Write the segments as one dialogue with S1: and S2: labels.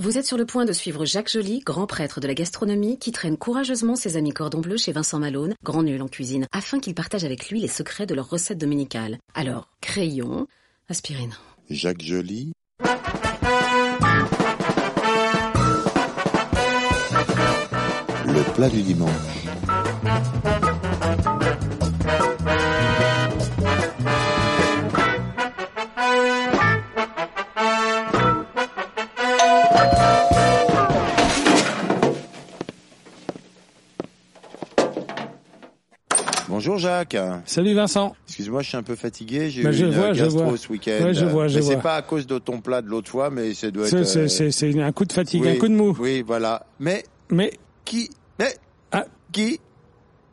S1: Vous êtes sur le point de suivre Jacques Joly, grand prêtre de la gastronomie, qui traîne courageusement ses amis cordon bleu chez Vincent Malone, grand nul en cuisine, afin qu'il partage avec lui les secrets de leur recette dominicale. Alors, crayon, aspirine.
S2: Jacques Joly, le plat du dimanche. Bonjour Jacques.
S3: Salut Vincent.
S2: Excuse-moi, je suis un peu fatigué. J'ai
S3: Bah,
S2: eu
S3: je
S2: une
S3: vois, je
S2: gastro
S3: vois.
S2: ce week-end.
S3: Ouais, je vois, je
S2: mais c'est
S3: vois.
S2: pas à cause de ton plat de l'autre fois, mais ça doit
S3: C'est-
S2: être.
S3: C'est
S2: euh,
S3: c'est- c'est un coup de fatigue,
S2: oui,
S3: un coup de mou.
S2: Oui, voilà. Mais
S3: Mais
S2: qui, mais
S3: Ah.
S2: qui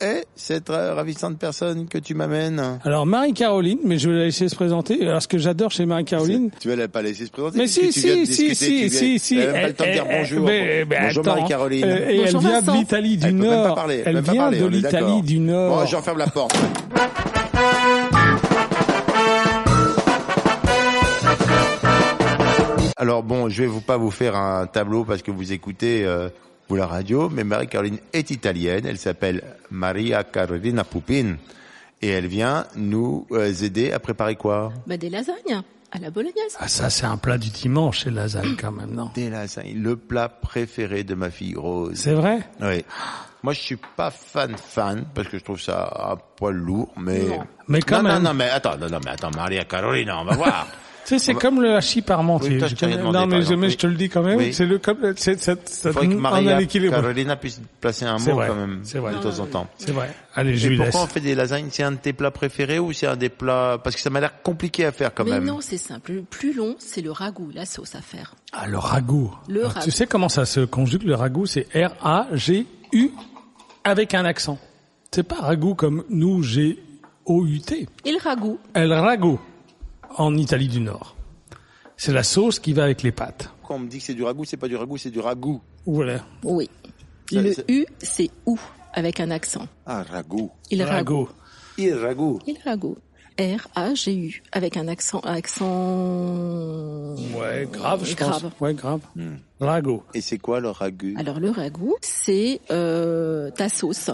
S2: est cette euh, ravissante personne que tu m'amènes
S3: alors Marie-Caroline, mais je vais la laisser se présenter. Alors ce que j'adore chez Marie-Caroline,
S2: Tu vas la pas laisser se présenter
S3: mais
S2: puisque
S3: si
S2: tu viens de
S3: si si
S2: discuter, tu
S3: si
S2: viens-
S3: si si. Eh,
S2: Elle a même pas le
S3: elle-
S2: temps de dire
S3: elle-
S2: bonjour.
S3: mais- mais
S2: bonjour
S3: attends.
S2: Marie-Caroline.
S3: Euh, et elle
S1: Bonjour,
S3: vient de
S1: Vincent.
S3: l'Italie du
S2: Elle peut même
S3: Nord.
S2: pas parler,
S3: elle
S2: même pas
S3: vient
S2: parler,
S3: de
S2: on est d'accord.
S3: l'Italie du Nord.
S2: Bon, je referme la porte. Alors bon, je vais vous pas vous faire un tableau parce que vous écoutez euh, vous la radio, mais Marie-Caroline est italienne. Elle s'appelle Maria Carolina Pupin et elle vient nous euh, aider à préparer quoi
S4: Bah des lasagnes à la bolognaise.
S3: Ah ça c'est un plat du dimanche chez lasagne quand même non.
S2: Des lasagnes, le plat préféré de ma fille Rose.
S3: C'est vrai.
S2: Oui. Moi, je suis pas fan fan parce que je trouve ça un poil lourd, mais
S3: Mais quand
S2: non,
S3: même.
S2: Non, non, mais attends, non, non, mais attends, Maria Carolina, on va voir.
S3: Tu sais, c'est comme le hachis parmentier.
S2: Ah bah- Oui, toi,
S3: Je
S2: je t'ai rien
S3: connais-
S2: demandé,
S3: non,
S2: par
S3: mais je,
S2: exemple.
S3: mais je te le dis quand même.
S2: Oui.
S3: C'est le comme, c'est, ça, ça
S2: Il faudrait que
S3: nous- on a
S2: Maria
S3: l'équilibre.
S2: Carolina puisse placer un
S3: C'est
S2: mot
S3: vrai,
S2: quand même
S3: c'est vrai.
S2: de temps en temps.
S3: C'est vrai. Allez, je
S2: Et
S3: lui laisse.
S2: pourquoi on fait des lasagnes C'est un de tes plats préférés ou c'est un des plats parce que ça m'a l'air compliqué à faire quand
S4: Mais
S2: même.
S4: non, c'est simple. Le plus long, c'est le ragoût, la sauce à faire.
S3: Ah, le ragoût.
S4: Le
S3: Alors, Tu
S4: ragoût.
S3: sais comment ça se conjugue le ragoût C'est R-A-G-U avec un accent. C'est pas ragoût comme nous, G-O-U-T.
S4: Et le ragoût,
S3: El ragoût en Italie du Nord. C'est la sauce qui va avec les pâtes.
S2: Quand on me dit que c'est du ragoût, c'est pas du ragoût, c'est du ragoût.
S3: Voilà.
S4: oui.
S2: Ça,
S4: le
S2: c'est-
S4: U, c'est OU, avec un accent.
S2: Ah, ragoût.
S4: Et le ragoût.
S3: Ragoût.
S2: Il ragoût.
S4: Et le ragoût. R-A-G-U, avec un accent, accent...
S3: Ouais, grave, je
S4: Grave.
S3: pense. Ouais, grave.
S2: Hmm.
S3: Ragoût.
S2: Et c'est quoi le ragoût
S4: Alors le ragoût, c'est euh, ta sauce,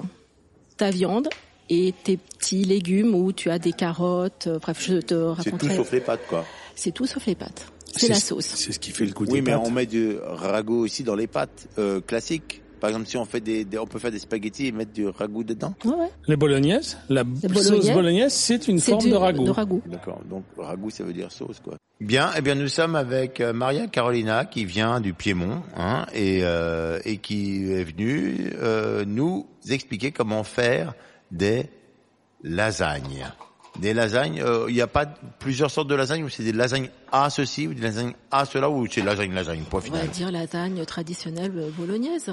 S4: ta viande et tes petits légumes où tu as des carottes. euh, Bref, je te
S2: C'est tout
S4: raconterai.
S2: sauf les pâtes, quoi.
S4: C'est tout sauf les pâtes. C'est la sauce.
S3: C'est ce qui fait le goût
S2: Oui,
S3: des
S2: mais
S3: pâtes.
S2: on met du ragoût aussi dans les pâtes euh, classiques. Par exemple, si on fait des, des- on peut faire des spaghettis et mettre du ragoût dedans.
S4: Ouais, ouais.
S3: Les bolognaises, la
S4: bolognaise,
S3: sauce bolognaise, c'est une
S4: C'est
S3: forme
S4: du-
S3: de ragoût.
S4: De ragoût.
S2: D'accord. Donc ragoût, ça veut dire sauce, quoi. Bien. Eh bien, nous sommes avec euh, Maria Carolina qui vient du Piémont hein, et euh, et qui est venue euh, nous expliquer comment faire des lasagnes. Des lasagnes. euh, Il n'y a pas plusieurs sortes de lasagnes ou c'est des lasagnes à ceci ou des lasagnes à cela ou c'est lasagne lasagne point
S4: On va
S2: final.
S4: dire lasagne traditionnelle euh, bolognaise.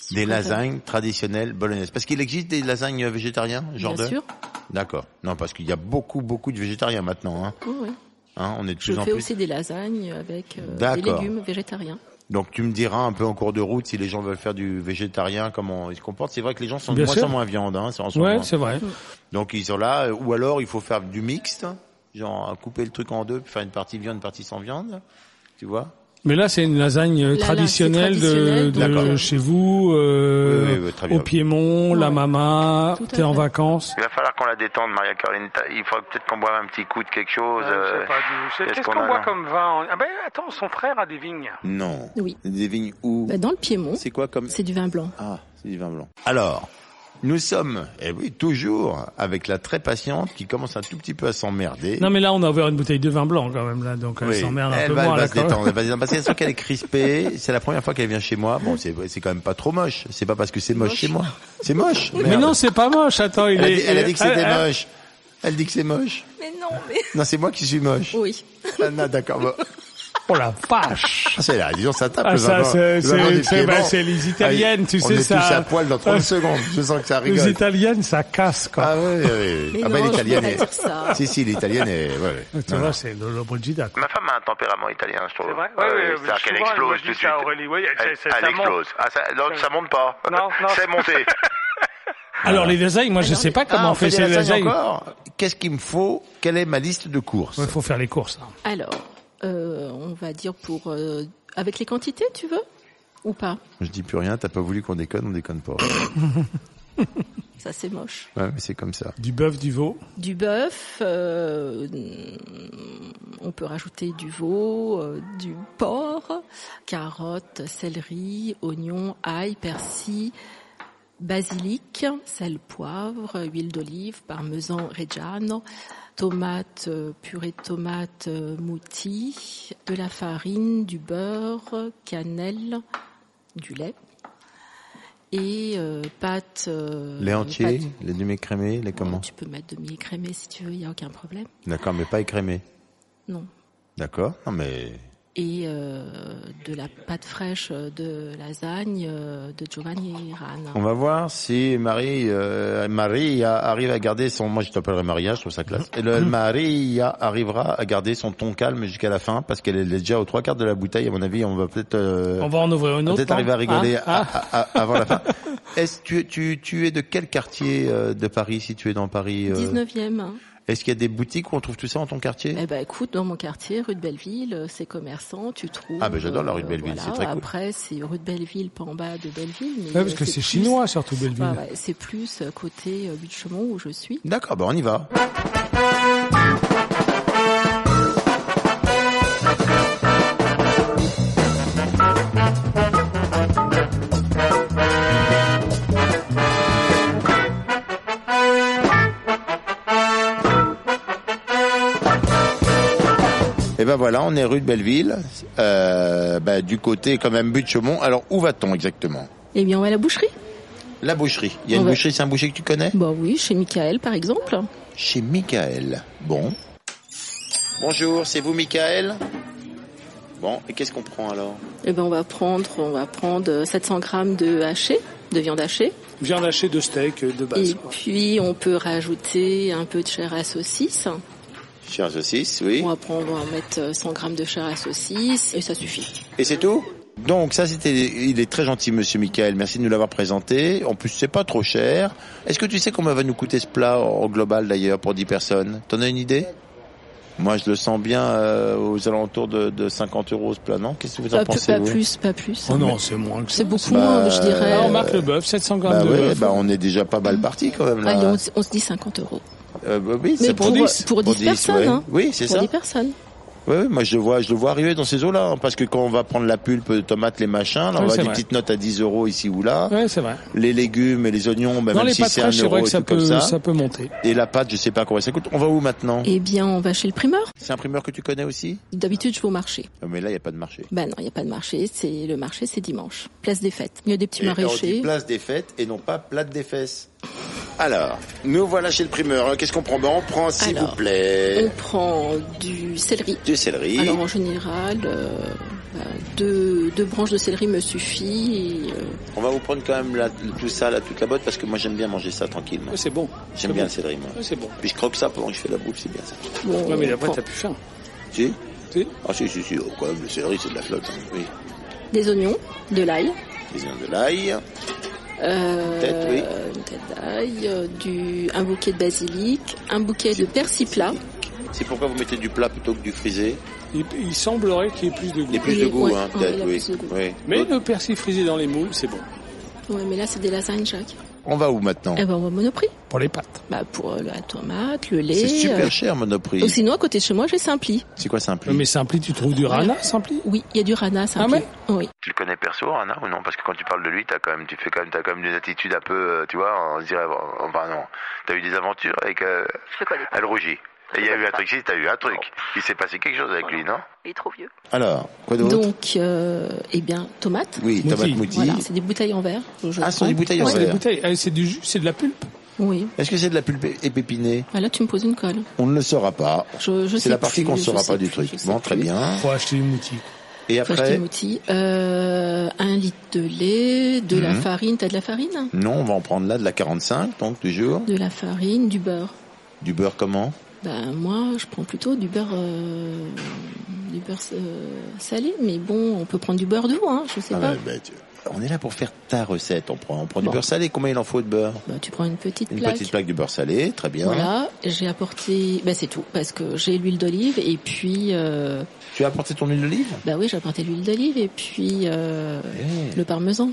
S4: Si
S2: Des
S4: tu préfères.
S2: lasagnes traditionnelles bolognaises. Parce qu'il existe des lasagnes végétariens, genre
S4: Bien
S2: de.
S4: sûr.
S2: D'accord. Non, parce qu'il y a beaucoup, beaucoup de végétariens maintenant. Hein.
S4: Oui, oui.
S2: Hein, on est de
S4: Je
S2: plus en
S4: fais
S2: plus.
S4: aussi des lasagnes avec euh, des
S2: D'accord.
S4: légumes végétariens.
S2: Donc tu me diras un peu en cours de route si les gens veulent faire du végétarien, comment ils se comportent. C'est vrai que les gens sont de
S3: Bien
S2: moins
S3: sûr.
S2: en moins viande, hein, c'est en ce
S3: Ouais,
S2: moment.
S3: c'est vrai.
S4: Hmm.
S2: Donc ils sont là. euh, Ou alors il faut faire du mixte, genre euh, couper le truc en deux, puis faire une partie viande, une partie sans viande. Tu vois
S3: Mais là, c'est une lasagne euh,
S4: Là, là,
S3: traditionnelle,
S4: c'est traditionnel,
S3: de, de
S2: D'accord.
S3: chez vous, euh,
S2: Oui, oui, oui, très bien.
S3: au Piémont, la
S4: Ouais.
S3: Mama,
S4: Tout à
S3: t'es en
S4: fait.
S3: vacances.
S2: Il va falloir qu'on la détende, Maria Caroline. Il faudrait peut-être qu'on boive un petit coup de quelque chose.
S5: Je sais pas du- c'est-
S2: euh, qu'est-ce
S5: Qu'est-ce
S2: qu'on
S5: qu'on
S2: a,
S5: boit
S2: là
S5: comme vin en- Ah ben attends, son frère a des vignes.
S2: Non.
S4: Oui.
S2: Des vignes où
S4: Bah, dans le Piémont,
S2: C'est quoi comme
S4: c'est du vin blanc.
S2: Ah, c'est du vin blanc. Alors, nous sommes, et oui, toujours avec la très patiente qui commence un tout petit peu à s'emmerder.
S3: Non, mais là, on a ouvert une bouteille de vin blanc quand même, là, donc elle
S2: Oui.
S3: s'emmerde un
S2: Elle
S3: peu
S2: va,
S3: moins,
S2: elle va
S3: là,
S2: se
S3: quand même.
S2: détendre, elle va se détendre. Parce qu'elle sent qu'elle est crispée. C'est la première fois qu'elle vient chez moi. Bon, c'est, c'est quand même pas trop moche. C'est pas parce que c'est moche,
S4: Moche.
S2: chez moi. C'est moche.
S3: Mais
S2: merde.
S3: non, c'est pas moche, attends, il
S2: elle, a
S3: est... Ah,
S2: dit, elle a dit que c'était
S3: elle- elle-
S2: moche. Elle dit que c'est moche.
S4: Mais non, mais...
S2: Non, c'est moi qui suis moche.
S4: Oui.
S2: Ah, non, d'accord. bon.
S3: Oh la vache
S6: Ah, c'est là, disons, ça tape
S3: Ah,
S6: le
S3: ça,
S6: vin-
S3: c'est-
S6: le vin
S3: c'est-
S6: des
S3: c'est-
S6: Piémont.
S3: bah, c'est les Italiennes,
S6: Ah,
S3: tu
S6: on
S3: sais,
S6: est
S3: ça-
S6: tous à poil dans 30 secondes. Je sens que ça rigole.
S3: Les italiennes, ça casse, quoi.
S6: Ah oui, oui, oui.
S4: Mais
S6: Ah ben
S4: non,
S6: l'italienne
S4: je peux pas
S6: est...
S4: dire ça.
S6: Si, si, l'italienne est... ouais, ouais.
S3: tu vois,
S6: Non,
S2: Ah.
S6: non.
S3: c'est le, le Brigida, quoi.
S2: Ma femme a un tempérament italien, je trouve.
S5: C'est vrai
S2: Ouais,
S5: Ouais, ouais,
S2: ouais,
S5: euh,
S2: C'est-à-dire qu'elle
S5: souvent, elle me
S2: explose
S5: dit
S2: tout de suite.
S5: ça, Aurélie, oui, elle-
S2: elle,
S5: c'est- ça
S2: elle
S5: monte.
S2: explose. Ah, ça, non,
S5: Ça-
S2: ça monte pas.
S5: Non, non.
S2: C'est monté. Ah.
S3: Alors, les lasagnes, moi, je sais pas comment
S6: Ah,
S3: on fait ces
S6: des lasagnes
S3: lasagnes.
S6: encore Qu'est-ce qu'il me faut Quelle est ma liste de courses
S3: Il faut faire les courses. hein.
S4: Alors, euh, on va dire pour euh, avec les quantités, tu veux ou pas
S6: Je dis plus rien, t'as pas voulu qu'on déconne, on déconne pas.
S4: Ça c'est moche.
S6: Ouais, mais c'est comme ça.
S3: Du bœuf, du veau.
S4: Du bœuf, euh, on peut rajouter du veau, euh, du porc, carottes, céleri, oignons, ail, persil, basilic, sel, poivre, huile d'olive, parmesan, reggiano, tomate, euh, purée de tomate euh, moutie, de la farine, du beurre, cannelle, du lait et euh, pâtes. euh,
S6: Les entiers,
S4: pâtes-
S6: les demi-écrémés, les comment
S4: tu peux mettre demi-écrémé si tu veux, il n'y a aucun problème.
S6: D'accord, mais pas écrémés.
S4: Non.
S6: D'accord Non, mais...
S4: Et euh, de la pâte fraîche euh, de lasagne euh, de Giovanni
S6: On
S4: Rana.
S6: va voir si Marie, euh, Maria arrive à garder son, moi je t'appellerai Maria, je trouve ça classe. Et le, Maria arrivera à garder son ton calme jusqu'à la fin parce qu'elle est déjà aux trois quarts de la bouteille. À mon avis, on va peut-être, euh,
S3: On va en ouvrir une autre.
S6: peut-être
S3: non
S6: arriver à rigoler
S3: Hein
S6: à-
S3: Ah.
S6: à- à- avant la fin. Est-ce tu, tu, tu es de quel quartier euh, de Paris si tu es dans Paris euh,
S4: 19e. hein.
S6: Est-ce qu'il y a des boutiques où on trouve tout ça en ton quartier
S4: Eh ben écoute, dans mon quartier, rue de Belleville, euh, c'est commerçant, tu trouves. euh,
S6: Ah, ben, j'adore la rue de Belleville,
S4: voilà.
S6: c'est très cool.
S4: Après, c'est rue de Belleville, pas en bas de Belleville. Mais
S3: Ouais,
S4: euh,
S3: Ah, parce que c'est
S4: plus-
S3: chinois, surtout, Belleville.
S4: Ouais, ouais, c'est plus euh, côté euh, Butte-Chaumont où je suis.
S6: D'accord, bah on y va. Et ben voilà, on est rue de Belleville, euh, bah, du côté quand même Butte-Chaumont. Alors où va-t-on exactement
S4: Eh bien, on va à la boucherie.
S6: La boucherie. Il y a
S4: On
S6: une
S4: va-
S6: boucherie, c'est un boucher que tu connais
S4: Bah oui, chez Michael, par exemple.
S6: chez Michael. Bon. Bonjour, c'est vous Michael Bon, et qu'est-ce qu'on prend alors
S4: Eh ben, on va prendre, on va prendre euh, 700 grammes de haché, de viande hachée.
S7: Viande hachée de steak euh, de base.
S4: Et puis on peut rajouter un peu de chair à saucisse.
S6: Chers saucisses, oui.
S4: Bon, après on va en mettre euh, 100 grammes de chair à saucisse et ça suffit.
S6: Et c'est tout donc ça c'était il est très gentil monsieur Michael, merci de nous l'avoir présenté. En plus c'est pas trop cher. Est-ce que tu sais combien va nous coûter ce plat au global d'ailleurs pour 10 personnes T'en as une idée Moi je le sens bien euh, aux alentours de, de 50 euros ce plat, non Qu'est-ce que vous en
S4: Pas, plus-
S6: pensez
S4: pas
S6: vous
S4: plus, pas plus.
S7: Oh non, c'est moins que ça.
S4: C'est beaucoup
S6: Bah,
S4: moins, je dirais.
S3: Là, on marque le bœuf, 700 grammes
S6: Bah
S3: de
S6: ouais,
S3: bœuf.
S6: bah on est déjà pas mal parti quand même là.
S4: Allez, on, s- on se dit 50 euros.
S6: Euh, bah oui, c'est
S4: Mais pour,
S6: pour
S3: 10.
S4: pour 10 personnes,
S6: ouais.
S4: hein.
S6: Oui, c'est
S4: Pour
S6: ça.
S4: 10 personnes.
S6: Oui, oui, moi je le vois, je le vois arriver dans ces eaux-là, hein, parce que quand on va prendre la pulpe de tomate, les machins, là, on
S3: Oui,
S6: va
S3: c'est
S6: des
S3: vrai.
S6: petites notes à 10 euros ici ou là,
S3: Ouais, c'est vrai.
S6: les légumes et les oignons, bah,
S3: Dans
S6: même
S3: les
S6: si
S3: pâtes
S6: c'est un
S3: fraîches, c'est vrai que
S6: euro et tout
S3: ça peut,
S6: comme ça,
S3: ça. peut monter.
S6: et la pâte, je sais pas combien ça coûte. On va où maintenant
S4: Eh bien, on va chez le primeur.
S6: C'est un primeur que tu connais aussi
S4: D'habitude, je vais au marché.
S6: Non, Mais là, il y a pas de marché.
S4: Bah non, il n'y a pas de marché. C'est le marché, c'est dimanche. Place des fêtes. Il y a des petits
S6: Et on dit
S4: maraîchers.
S6: place des fêtes et non pas plate des fesses. Alors, nous voilà chez le primeur. Qu'est-ce qu'on prend Ben, On prend, s'il
S4: Alors,
S6: vous plaît,
S4: On prend du céleri.
S6: du céleri.
S4: Alors en général, euh, bah, deux, deux branches de céleri me suffit. et, euh,
S6: On va vous prendre quand même la- tout ça, là, toute la botte, parce que moi j'aime bien manger ça tranquillement.
S7: Ouais, c'est bon.
S6: J'aime bien le céleri, moi.
S7: Ouais, c'est bon.
S6: Puis je croque ça pendant que je fais la bouffe, c'est bien ça.
S4: bon,
S7: Ouais, mais
S4: on
S7: après,
S4: prend
S7: t'as plus faim.
S6: Si
S7: Si.
S6: Ah si, si, si, oh, quand même, le céleri, c'est de la flotte. hein. Oui.
S4: des oignons, de l'ail,
S6: Les oignons de l'ail,
S4: euh,
S6: Tête, oui.
S4: une tête d'ail, euh, du, un bouquet de basilic, un bouquet de persil plat.
S6: c'est pourquoi vous mettez du plat plutôt que du frisé.
S7: Il, il semblerait qu'il y ait plus de
S6: Il y a
S7: goût.
S6: plus
S4: Oui,
S6: de goût,
S4: ouais,
S6: hein,
S4: ouais, il y
S6: peut-être,
S4: a
S6: oui.
S4: plus de goût.
S6: oui.
S7: Mais le persil frisé dans les moules, c'est bon.
S4: Ouais, mais là c'est des lasagnes, Jacques.
S6: On va où maintenant
S4: Eh ben on va au Monoprix.
S3: Pour les pâtes.
S4: Bah pour euh, la tomate, le lait.
S6: C'est
S4: euh,
S6: super cher, Monoprix.
S4: ou sinon à côté de chez moi j'ai Simpli.
S6: C'est quoi, simple
S3: Non, mais Simpli, tu trouves du rana, Simpli
S4: Oui, il y a du rana à Simpli. oui.
S2: Tu le connais perso, Anna, ou non Parce que quand tu parles de lui, t'as quand même, tu fais quand même, t'as quand même une attitude un peu, euh, tu vois, on se dirait, bon, enfin non, t'as eu des aventures et que elle rougit. Et il y a eu un truc, si t'as eu un
S4: Oh.
S2: truc. Il s'est passé quelque chose avec lui, non
S6: Alors, quoi d'autre
S4: Donc euh, eh bien tomate.
S6: Oui, tomate
S3: Mouti.
S6: mouti.
S4: Voilà, c'est des bouteilles en verre. Je
S6: Ah, ce sont des
S4: prends.
S6: bouteilles en
S3: C'est des
S6: verre.
S3: bouteilles. Ah, C'est du jus, c'est de la pulpe.
S4: Oui.
S6: Est-ce que c'est de la pulpe épépinée
S4: Ah, là, tu me poses une colle.
S6: On ne le saura pas.
S4: Je, je
S6: C'est
S4: sais
S6: la partie
S4: plus,
S6: qu'on ne
S4: je
S6: saura
S4: sais
S6: pas du
S4: plus,
S6: truc.
S4: je sais
S6: Bon, très
S4: plus.
S6: bien.
S7: Pour acheter une moutique.
S6: Et
S4: Faut acheter
S6: après,
S4: le mouti. Euh, un litre de lait, de la
S6: Mhm.
S4: farine. T'as de la farine hein
S6: non, on va en prendre là de la 45, donc toujours.
S4: De la farine, du beurre.
S6: Du beurre comment
S4: Ben moi, je prends plutôt du beurre, euh, du beurre euh, salé, mais bon, on peut prendre du beurre de veau, hein, je sais
S6: Ah
S4: pas.
S6: ouais, bah, tu- On est là pour faire ta recette. On prend, on prend du
S4: Bon.
S6: beurre salé. Combien il en faut de beurre
S4: Ben, tu prends une petite
S6: Une
S4: plaque.
S6: petite hein. plaque de beurre salé, très bien.
S4: Voilà, j'ai apporté, ben c'est tout, parce que j'ai l'huile d'olive et puis, euh,
S6: Tu as apporté ton huile d'olive
S4: ben oui, j'ai apporté l'huile d'olive et puis euh, le parmesan.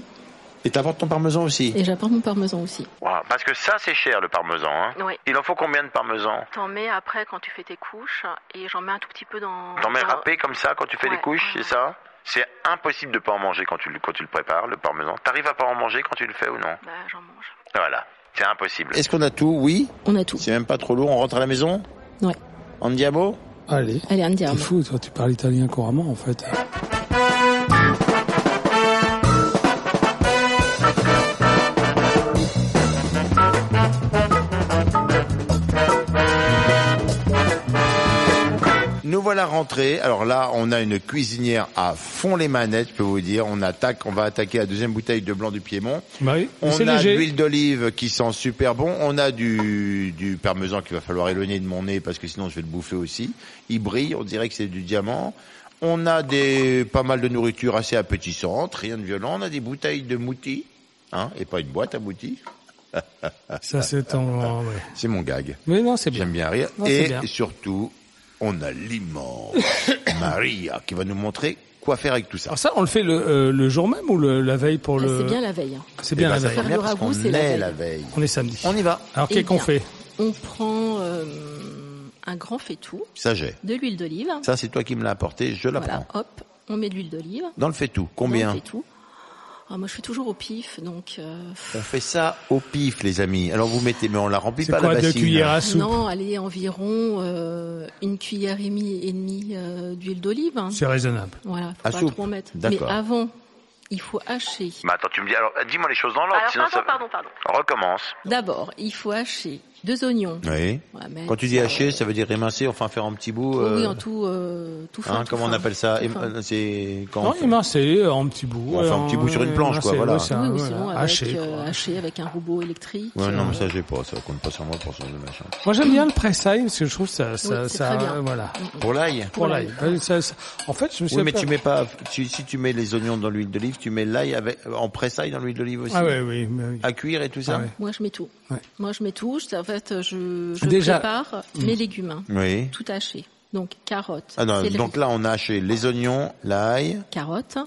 S6: Et t'apportes ton parmesan aussi
S4: Et j'apporte mon parmesan aussi.
S2: Voilà, Parce que ça, c'est cher le parmesan. Hein.
S4: Oui.
S2: Il en faut combien de parmesan
S4: T'en mets après quand tu fais tes couches et j'en mets un tout petit peu dans.
S2: T'en mets râpé comme ça quand tu fais les
S4: Ouais,
S2: couches,
S4: ouais,
S2: c'est ça C'est impossible de pas en manger quand tu, le- quand tu le prépares, le parmesan. T'arrives à pas en manger quand tu le fais ou non
S4: Bah, j'en mange.
S2: Voilà, c'est impossible.
S6: Est-ce qu'on a tout Oui.
S4: On a tout.
S6: C'est même pas trop lourd. On rentre à la maison
S4: Ouais.
S6: En diabo
S3: Allez.
S4: Allez, un
S3: T'es
S4: diable.
S3: fou, toi, tu parles italien couramment, en fait.
S6: Nous voilà rentrés. Alors là, on a une cuisinière à fond les manettes, je peux vous dire. On attaque, on va attaquer la deuxième bouteille de blanc du Piémont.
S3: Bah oui,
S6: On
S3: c'est
S6: a de
S3: léger.
S6: l'huile d'olive qui sent super bon. On a du, du parmesan qu'il va falloir éloigner de mon nez parce que sinon je vais le bouffer aussi. Il brille, on dirait que c'est du diamant. On a des pas mal de nourriture assez appétissante, rien de violent. On a des bouteilles de mouti, hein, et pas une boîte à mouti.
S3: Ça, c'est en... ouais.
S6: C'est mon gag.
S3: Mais non, c'est bien.
S6: J'aime bien rire.
S3: Non,
S6: et
S3: c'est bien.
S6: surtout, on a l'immense Maria qui va nous montrer quoi faire avec tout ça.
S3: Alors ça, on le fait le, euh, le jour même ou le, la veille pour
S4: Ah,
S3: le...
S4: C'est bien la veille.
S3: C'est
S6: Eh
S3: bien
S6: ben,
S3: la
S6: ça
S3: veille.
S6: tombe bien parce
S4: Faire le ragoût,
S6: qu'on
S4: c'est la
S6: est
S4: veille.
S6: la veille.
S3: On est samedi.
S6: On y va.
S3: Alors,
S4: Eh
S3: qu'est-ce qu'on
S4: bien.
S3: fait
S4: On prend euh, un grand faitout,
S6: Ça j'ai.
S4: de l'huile d'olive.
S6: Ça c'est toi qui me l'as apporté, je la
S4: Voilà,
S6: prends.
S4: hop, on met de l'huile d'olive.
S6: Dans le fait tout.
S4: On
S6: Combien
S4: fait tout. Ah, moi, je fais toujours au pif, donc. euh,
S6: On fait ça au pif, les amis. Alors vous mettez, mais on la remplit
S3: C'est
S6: pas la
S3: quoi, deux
S6: bassine.
S3: cuillères à soupe
S4: Non, allez, environ euh, une cuillère et demie, et demie euh, d'huile d'olive. hein.
S3: C'est raisonnable.
S4: Voilà, faut
S6: À
S4: pas
S6: soupe.
S4: trop en mettre. Mais
S6: D'accord.
S4: avant, il faut hacher.
S2: Mais attends, tu me dis, alors dis-moi les choses dans l'ordre, sinon ça...
S4: pardon.
S2: Recommence.
S4: D'abord, il faut hacher deux oignons.
S6: Oui.
S4: On va mettre,
S6: Quand tu dis
S4: euh,
S6: haché, ça veut dire émincer, enfin faire en petits bouts.
S4: oui,
S6: euh,
S4: en tout, euh, tout fin.
S6: hein,
S4: tout
S6: comment on
S4: fin,
S6: appelle ça euh,
S4: tout fin.
S6: Émin- C'est quand on
S3: Non,
S6: fait-
S3: émincé euh, en petits bouts.
S6: On fait un
S3: euh,
S6: petit bout sur une planche, quoi,
S3: émincé,
S6: voilà.
S3: ouais, c'est
S4: Oui,
S3: un-
S4: ou
S6: ah,
S3: voilà,
S4: sinon avec,
S3: haché,
S4: euh,
S3: quoi.
S4: haché avec un robot électrique.
S6: Ouais,
S4: euh,
S6: non, mais ça j'ai pas. Ça compte pas sur moi pour ce genre de machin.
S3: Moi, j'aime bien le pressail parce que je trouve ça, ça,
S4: Oui, c'est
S3: ça,
S4: très bien.
S3: voilà.
S6: Pour l'ail.
S3: Pour l'ail. Euh, ça- ça- En fait, je me suis
S6: Oui, mais
S3: aperçu-
S6: tu mets pas. tu- si tu mets les oignons dans l'huile d'olive, tu mets l'ail avec euh, en pressail dans l'huile d'olive aussi.
S3: Ah ouais, oui, mais oui.
S6: À cuire et tout ça.
S3: Ah
S4: Moi, je mets tout.
S3: Ouais. Ah,
S4: Moi, je mets tout. Je- En fait, je, je
S3: Déjà. Mmh.
S4: prépare mes légumes, hein,
S6: Oui.
S4: tout haché. Donc, carottes,
S6: Ah non,
S4: céleri,
S6: donc là on a haché les oignons, l'ail,
S4: carottes,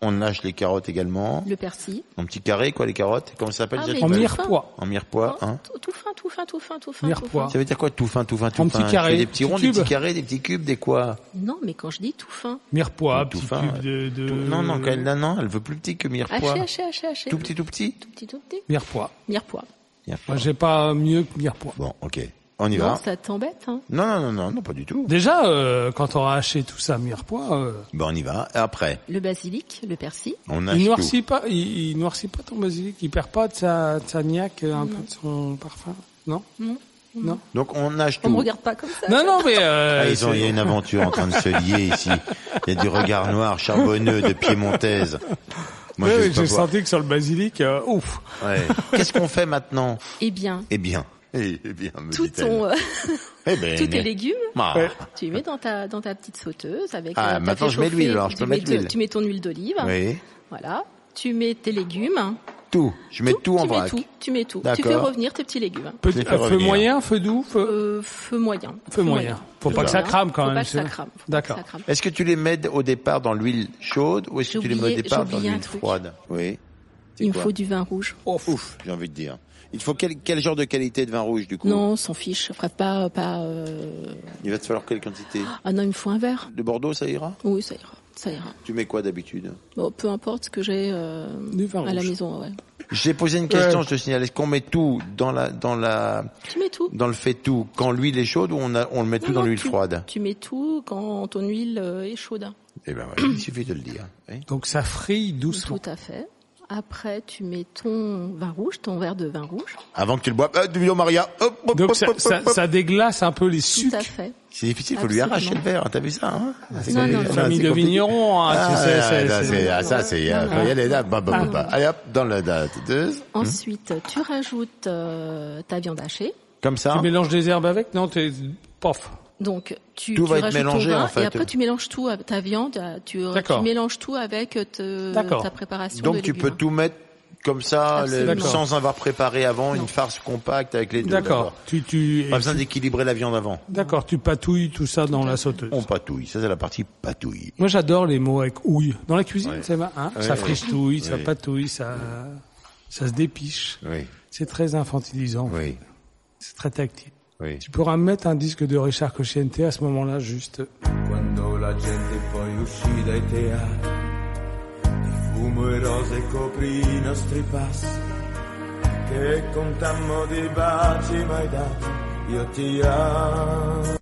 S6: on hache les carottes également.
S4: le persil.
S6: En petit carré quoi les carottes. Comment ça s'appelle
S4: Ah,
S6: déjà,
S4: mais
S6: tu
S3: En
S6: m'as dit
S3: mirepoix.
S6: En mirepoix, hein.
S4: tout, tout fin, tout fin, tout fin, tout fin.
S3: Mirepoix.
S4: tout fin.
S6: Ça veut dire quoi tout fin, tout fin, tout
S3: En
S6: fin
S3: petits
S6: Tu
S3: carrés,
S6: fais Des petits
S3: petits
S6: ronds, des
S3: cubes.
S6: petits carrés, des petits cubes, des quoi
S4: Non, mais quand je dis tout fin,
S3: Mirepoix,
S6: Tout
S3: petit
S6: fin,
S3: cube de, de...
S6: Tout- Non, non, quand elle, non, non, elle veut plus petit que
S3: Ah,
S6: mirepoix.
S4: haché, haché, haché, haché.
S6: Tout petit, tout petit.
S4: tout petit, tout petit.
S3: Mirepoix.
S4: Mirepoix.
S6: Mirepoix.
S3: Moi, j'ai pas mieux que mirepoix.
S6: Bon, ok, on y
S4: Non,
S6: va.
S4: ça t'embête, hein
S6: Non, non, non, non, non, pas du tout.
S3: Déjà, euh, quand on aura haché tout ça, mirepoix, euh,
S6: Bon, on y va. Après,
S4: Le basilic, le persil.
S6: on
S3: il
S6: hache tout.
S3: noircit pas, il, il noircit pas ton basilic, il perd pas de sa, de sa niaque, euh, un peu de son parfum, non Non.
S6: Donc on hache
S4: On me
S6: tout.
S4: regarde pas comme Bah, ça.
S3: Non, non, mais euh,
S6: Ah, ils ont, il y a
S3: Oh, c'est-
S6: une aventure en train de se lier ici. Il y a du regard noir, charbonneux de piémontaise. Moi,
S3: Ouais,
S6: je
S3: ouais,
S6: sais pas
S3: j'ai
S6: voir.
S3: senti que sur le basilic, euh, ouf.
S6: Ouais. Qu'est-ce qu'on fait maintenant
S4: Eh bien,
S6: Eh bien, eh bien, me
S4: tout
S6: dit-elle.
S4: ton, euh,
S6: Eh ben,
S4: tous tes légumes,
S6: Ah,
S3: Ouais.
S4: tu les mets dans ta, dans ta petite sauteuse avec.
S6: Ah,
S4: euh, t'as
S6: maintenant,
S4: fait
S6: je mets
S4: chauffer,
S6: l'huile, alors, je
S4: tu
S6: peux
S4: mets
S6: mettre
S4: de-
S6: l'huile.
S4: Tu mets ton huile d'olive.
S6: Oui.
S4: Voilà. Tu mets tes légumes.
S6: Tout. Je mets tout, en
S4: tu mets
S6: vrac.
S4: tout, tu mets tout. Tu
S6: D'accord.
S4: fais revenir tes petits légumes.
S3: Petit,
S6: les fais
S3: euh, feu
S6: revenir.
S3: moyen, feu doux, feu,
S4: Euh, feu moyen.
S3: feu moyen. Faut pas que ça
S4: moyen.
S3: crame quand
S4: Faut
S3: même.
S4: Pas que ça
S3: c'est-
S4: crame. Faut pas que
S3: D'accord.
S4: ça crame.
S6: Est-ce que tu les mets au départ dans l'huile chaude ou est-ce que
S4: J'ai
S6: tu les mets au
S4: oublié-
S6: départ
S4: j'ai
S6: dans
S4: oublié un
S6: l'huile
S4: truc.
S6: froide Oui. C'est
S4: Il me
S6: quoi
S4: faut du vin rouge.
S6: Oh, ouf, j'ai envie de dire. Il te faut quel, quel genre de qualité de vin rouge du coup
S4: Non, on s'en fiche. Enfin, pas, pas. euh,
S6: Il va te falloir quelle quantité
S4: Ah non, il me faut un verre.
S6: De Bordeaux, ça ira
S4: Oui, ça ira. Ça ira.
S6: Tu mets quoi d'habitude
S4: Bon, peu importe ce que j'ai euh,
S3: Du vin
S4: à la
S3: rouge.
S4: maison. Ouais.
S6: J'ai posé une question, je te signale. Est-ce qu'on met tout dans la dans la
S4: Tu mets tout.
S6: dans le fait tout quand l'huile est chaude ou on a, on le met tout
S4: Non,
S6: dans
S4: non,
S6: l'huile
S4: tu-
S6: froide
S4: Tu mets tout quand ton huile euh, est chaude.
S6: Eh ben voilà, il suffit de le dire. oui.
S3: Donc ça frit doucement.
S4: Tout à fait. Après, tu mets ton vin rouge, ton verre de vin rouge.
S6: Avant que tu le boives, euh, du Maria. Hop, hop,
S3: Donc
S6: hop,
S3: ça,
S6: hop,
S3: ça,
S6: hop, hop.
S3: ça déglace un peu les
S4: Tout
S3: sucs.
S4: à fait.
S6: C'est difficile, faut lui
S4: Absolument.
S6: arracher le verre. hein, T'as vu ça hein C'est
S4: Non,
S6: compliqué.
S4: non,
S6: Ah,
S4: non.
S6: c'est
S3: Famille de
S6: compliqué.
S3: vignerons, hein,
S6: Ah,
S3: tu sais,
S6: ouais,
S3: c'est- c'est-
S6: là,
S3: Ah.
S6: c'est- ah, ça c'est. euh, faut y aller là, bah, bah, bah, bah. Allez hop, dans la date. Deux.
S4: Ensuite, tu rajoutes euh, ta viande hachée.
S6: Comme ça.
S3: Tu mélanges des herbes avec Non, t'es... Pof.
S4: Donc tu,
S6: Tout
S4: tu
S6: va être
S4: rajoutes
S6: mélangé,
S4: ton vin
S6: en fait.
S4: et après tu mélanges tout à ta viande, à- tu, euh,
S3: D'accord.
S4: tu mélanges tout avec euh, te-
S3: D'accord.
S4: ta préparation de
S6: Donc tu peux
S4: légumes. hein.
S6: tout mettre comme
S3: Ah,
S6: ça, le-
S4: Absolument.
S6: sans avoir préparé avant
S4: Non.
S6: une farce compacte avec les deux.
S3: D'accord. Tu, tu,
S6: Pas besoin d'équilibrer la viande avant.
S3: D'accord, tu patouilles tout ça dans la sauteuse.
S6: On patouille. Ça c'est la partie patouille.
S3: Moi, j'adore les mots avec ouille. Dans la cuisine,
S6: Ouais.
S3: c'est ma- hein,
S6: Ouais,
S3: ça
S6: ouais.
S3: fristouille, ça
S6: Oui.
S3: patouille, ça, ça se dépiche.
S6: Oui,
S3: C'est très infantilisant.
S6: oui,
S3: C'est très tactile.
S6: oui.
S3: Tu pourras mettre un disque de Richard Cocciante à ce moment-là, juste.
S8: Quando la gente poi uscì dai teatri, di fumo e rose coprì i nostri passi, che contammo di baci mai dati, io ti amo.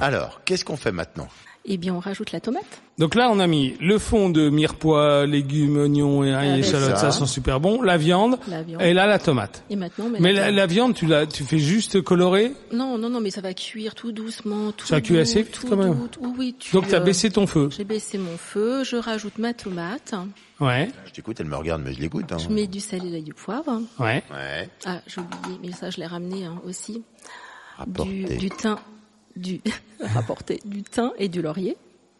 S6: Alors, qu'est-ce qu'on fait maintenant
S4: Eh bien, on rajoute la tomate.
S3: Donc là, on a mis le fond de mirepoix, légumes, oignons et et
S4: Avec
S3: échalotes, ça.
S6: ça.
S3: sont super bons. La viande,
S4: Ah, La viande.
S3: et là, la tomate.
S4: Et maintenant, on met
S3: Mais
S4: la
S3: la,
S4: tomate.
S3: la viande, tu la, tu fais juste colorer.
S4: Non, non, non, mais ça va cuire tout doucement, tout
S3: Ça cuit
S4: doux,
S3: assez vite,
S4: tout
S3: quand même.
S4: doux, tout- oui, tu,
S3: Donc, t'as
S4: euh,
S3: baissé ton feu.
S4: J'ai baissé mon feu, je rajoute ma tomate,
S3: Ouais,
S6: Je t'écoute, elle me regarde, mais je l'écoute. hein.
S4: je mets du sel et du poivre.
S3: ouais.
S6: Ouais.
S4: Ah, j'ai oublié, mais ça je l'ai ramené hein, aussi. Du,
S6: Rapporter.
S4: du thym, du rapporté, du thym et du laurier.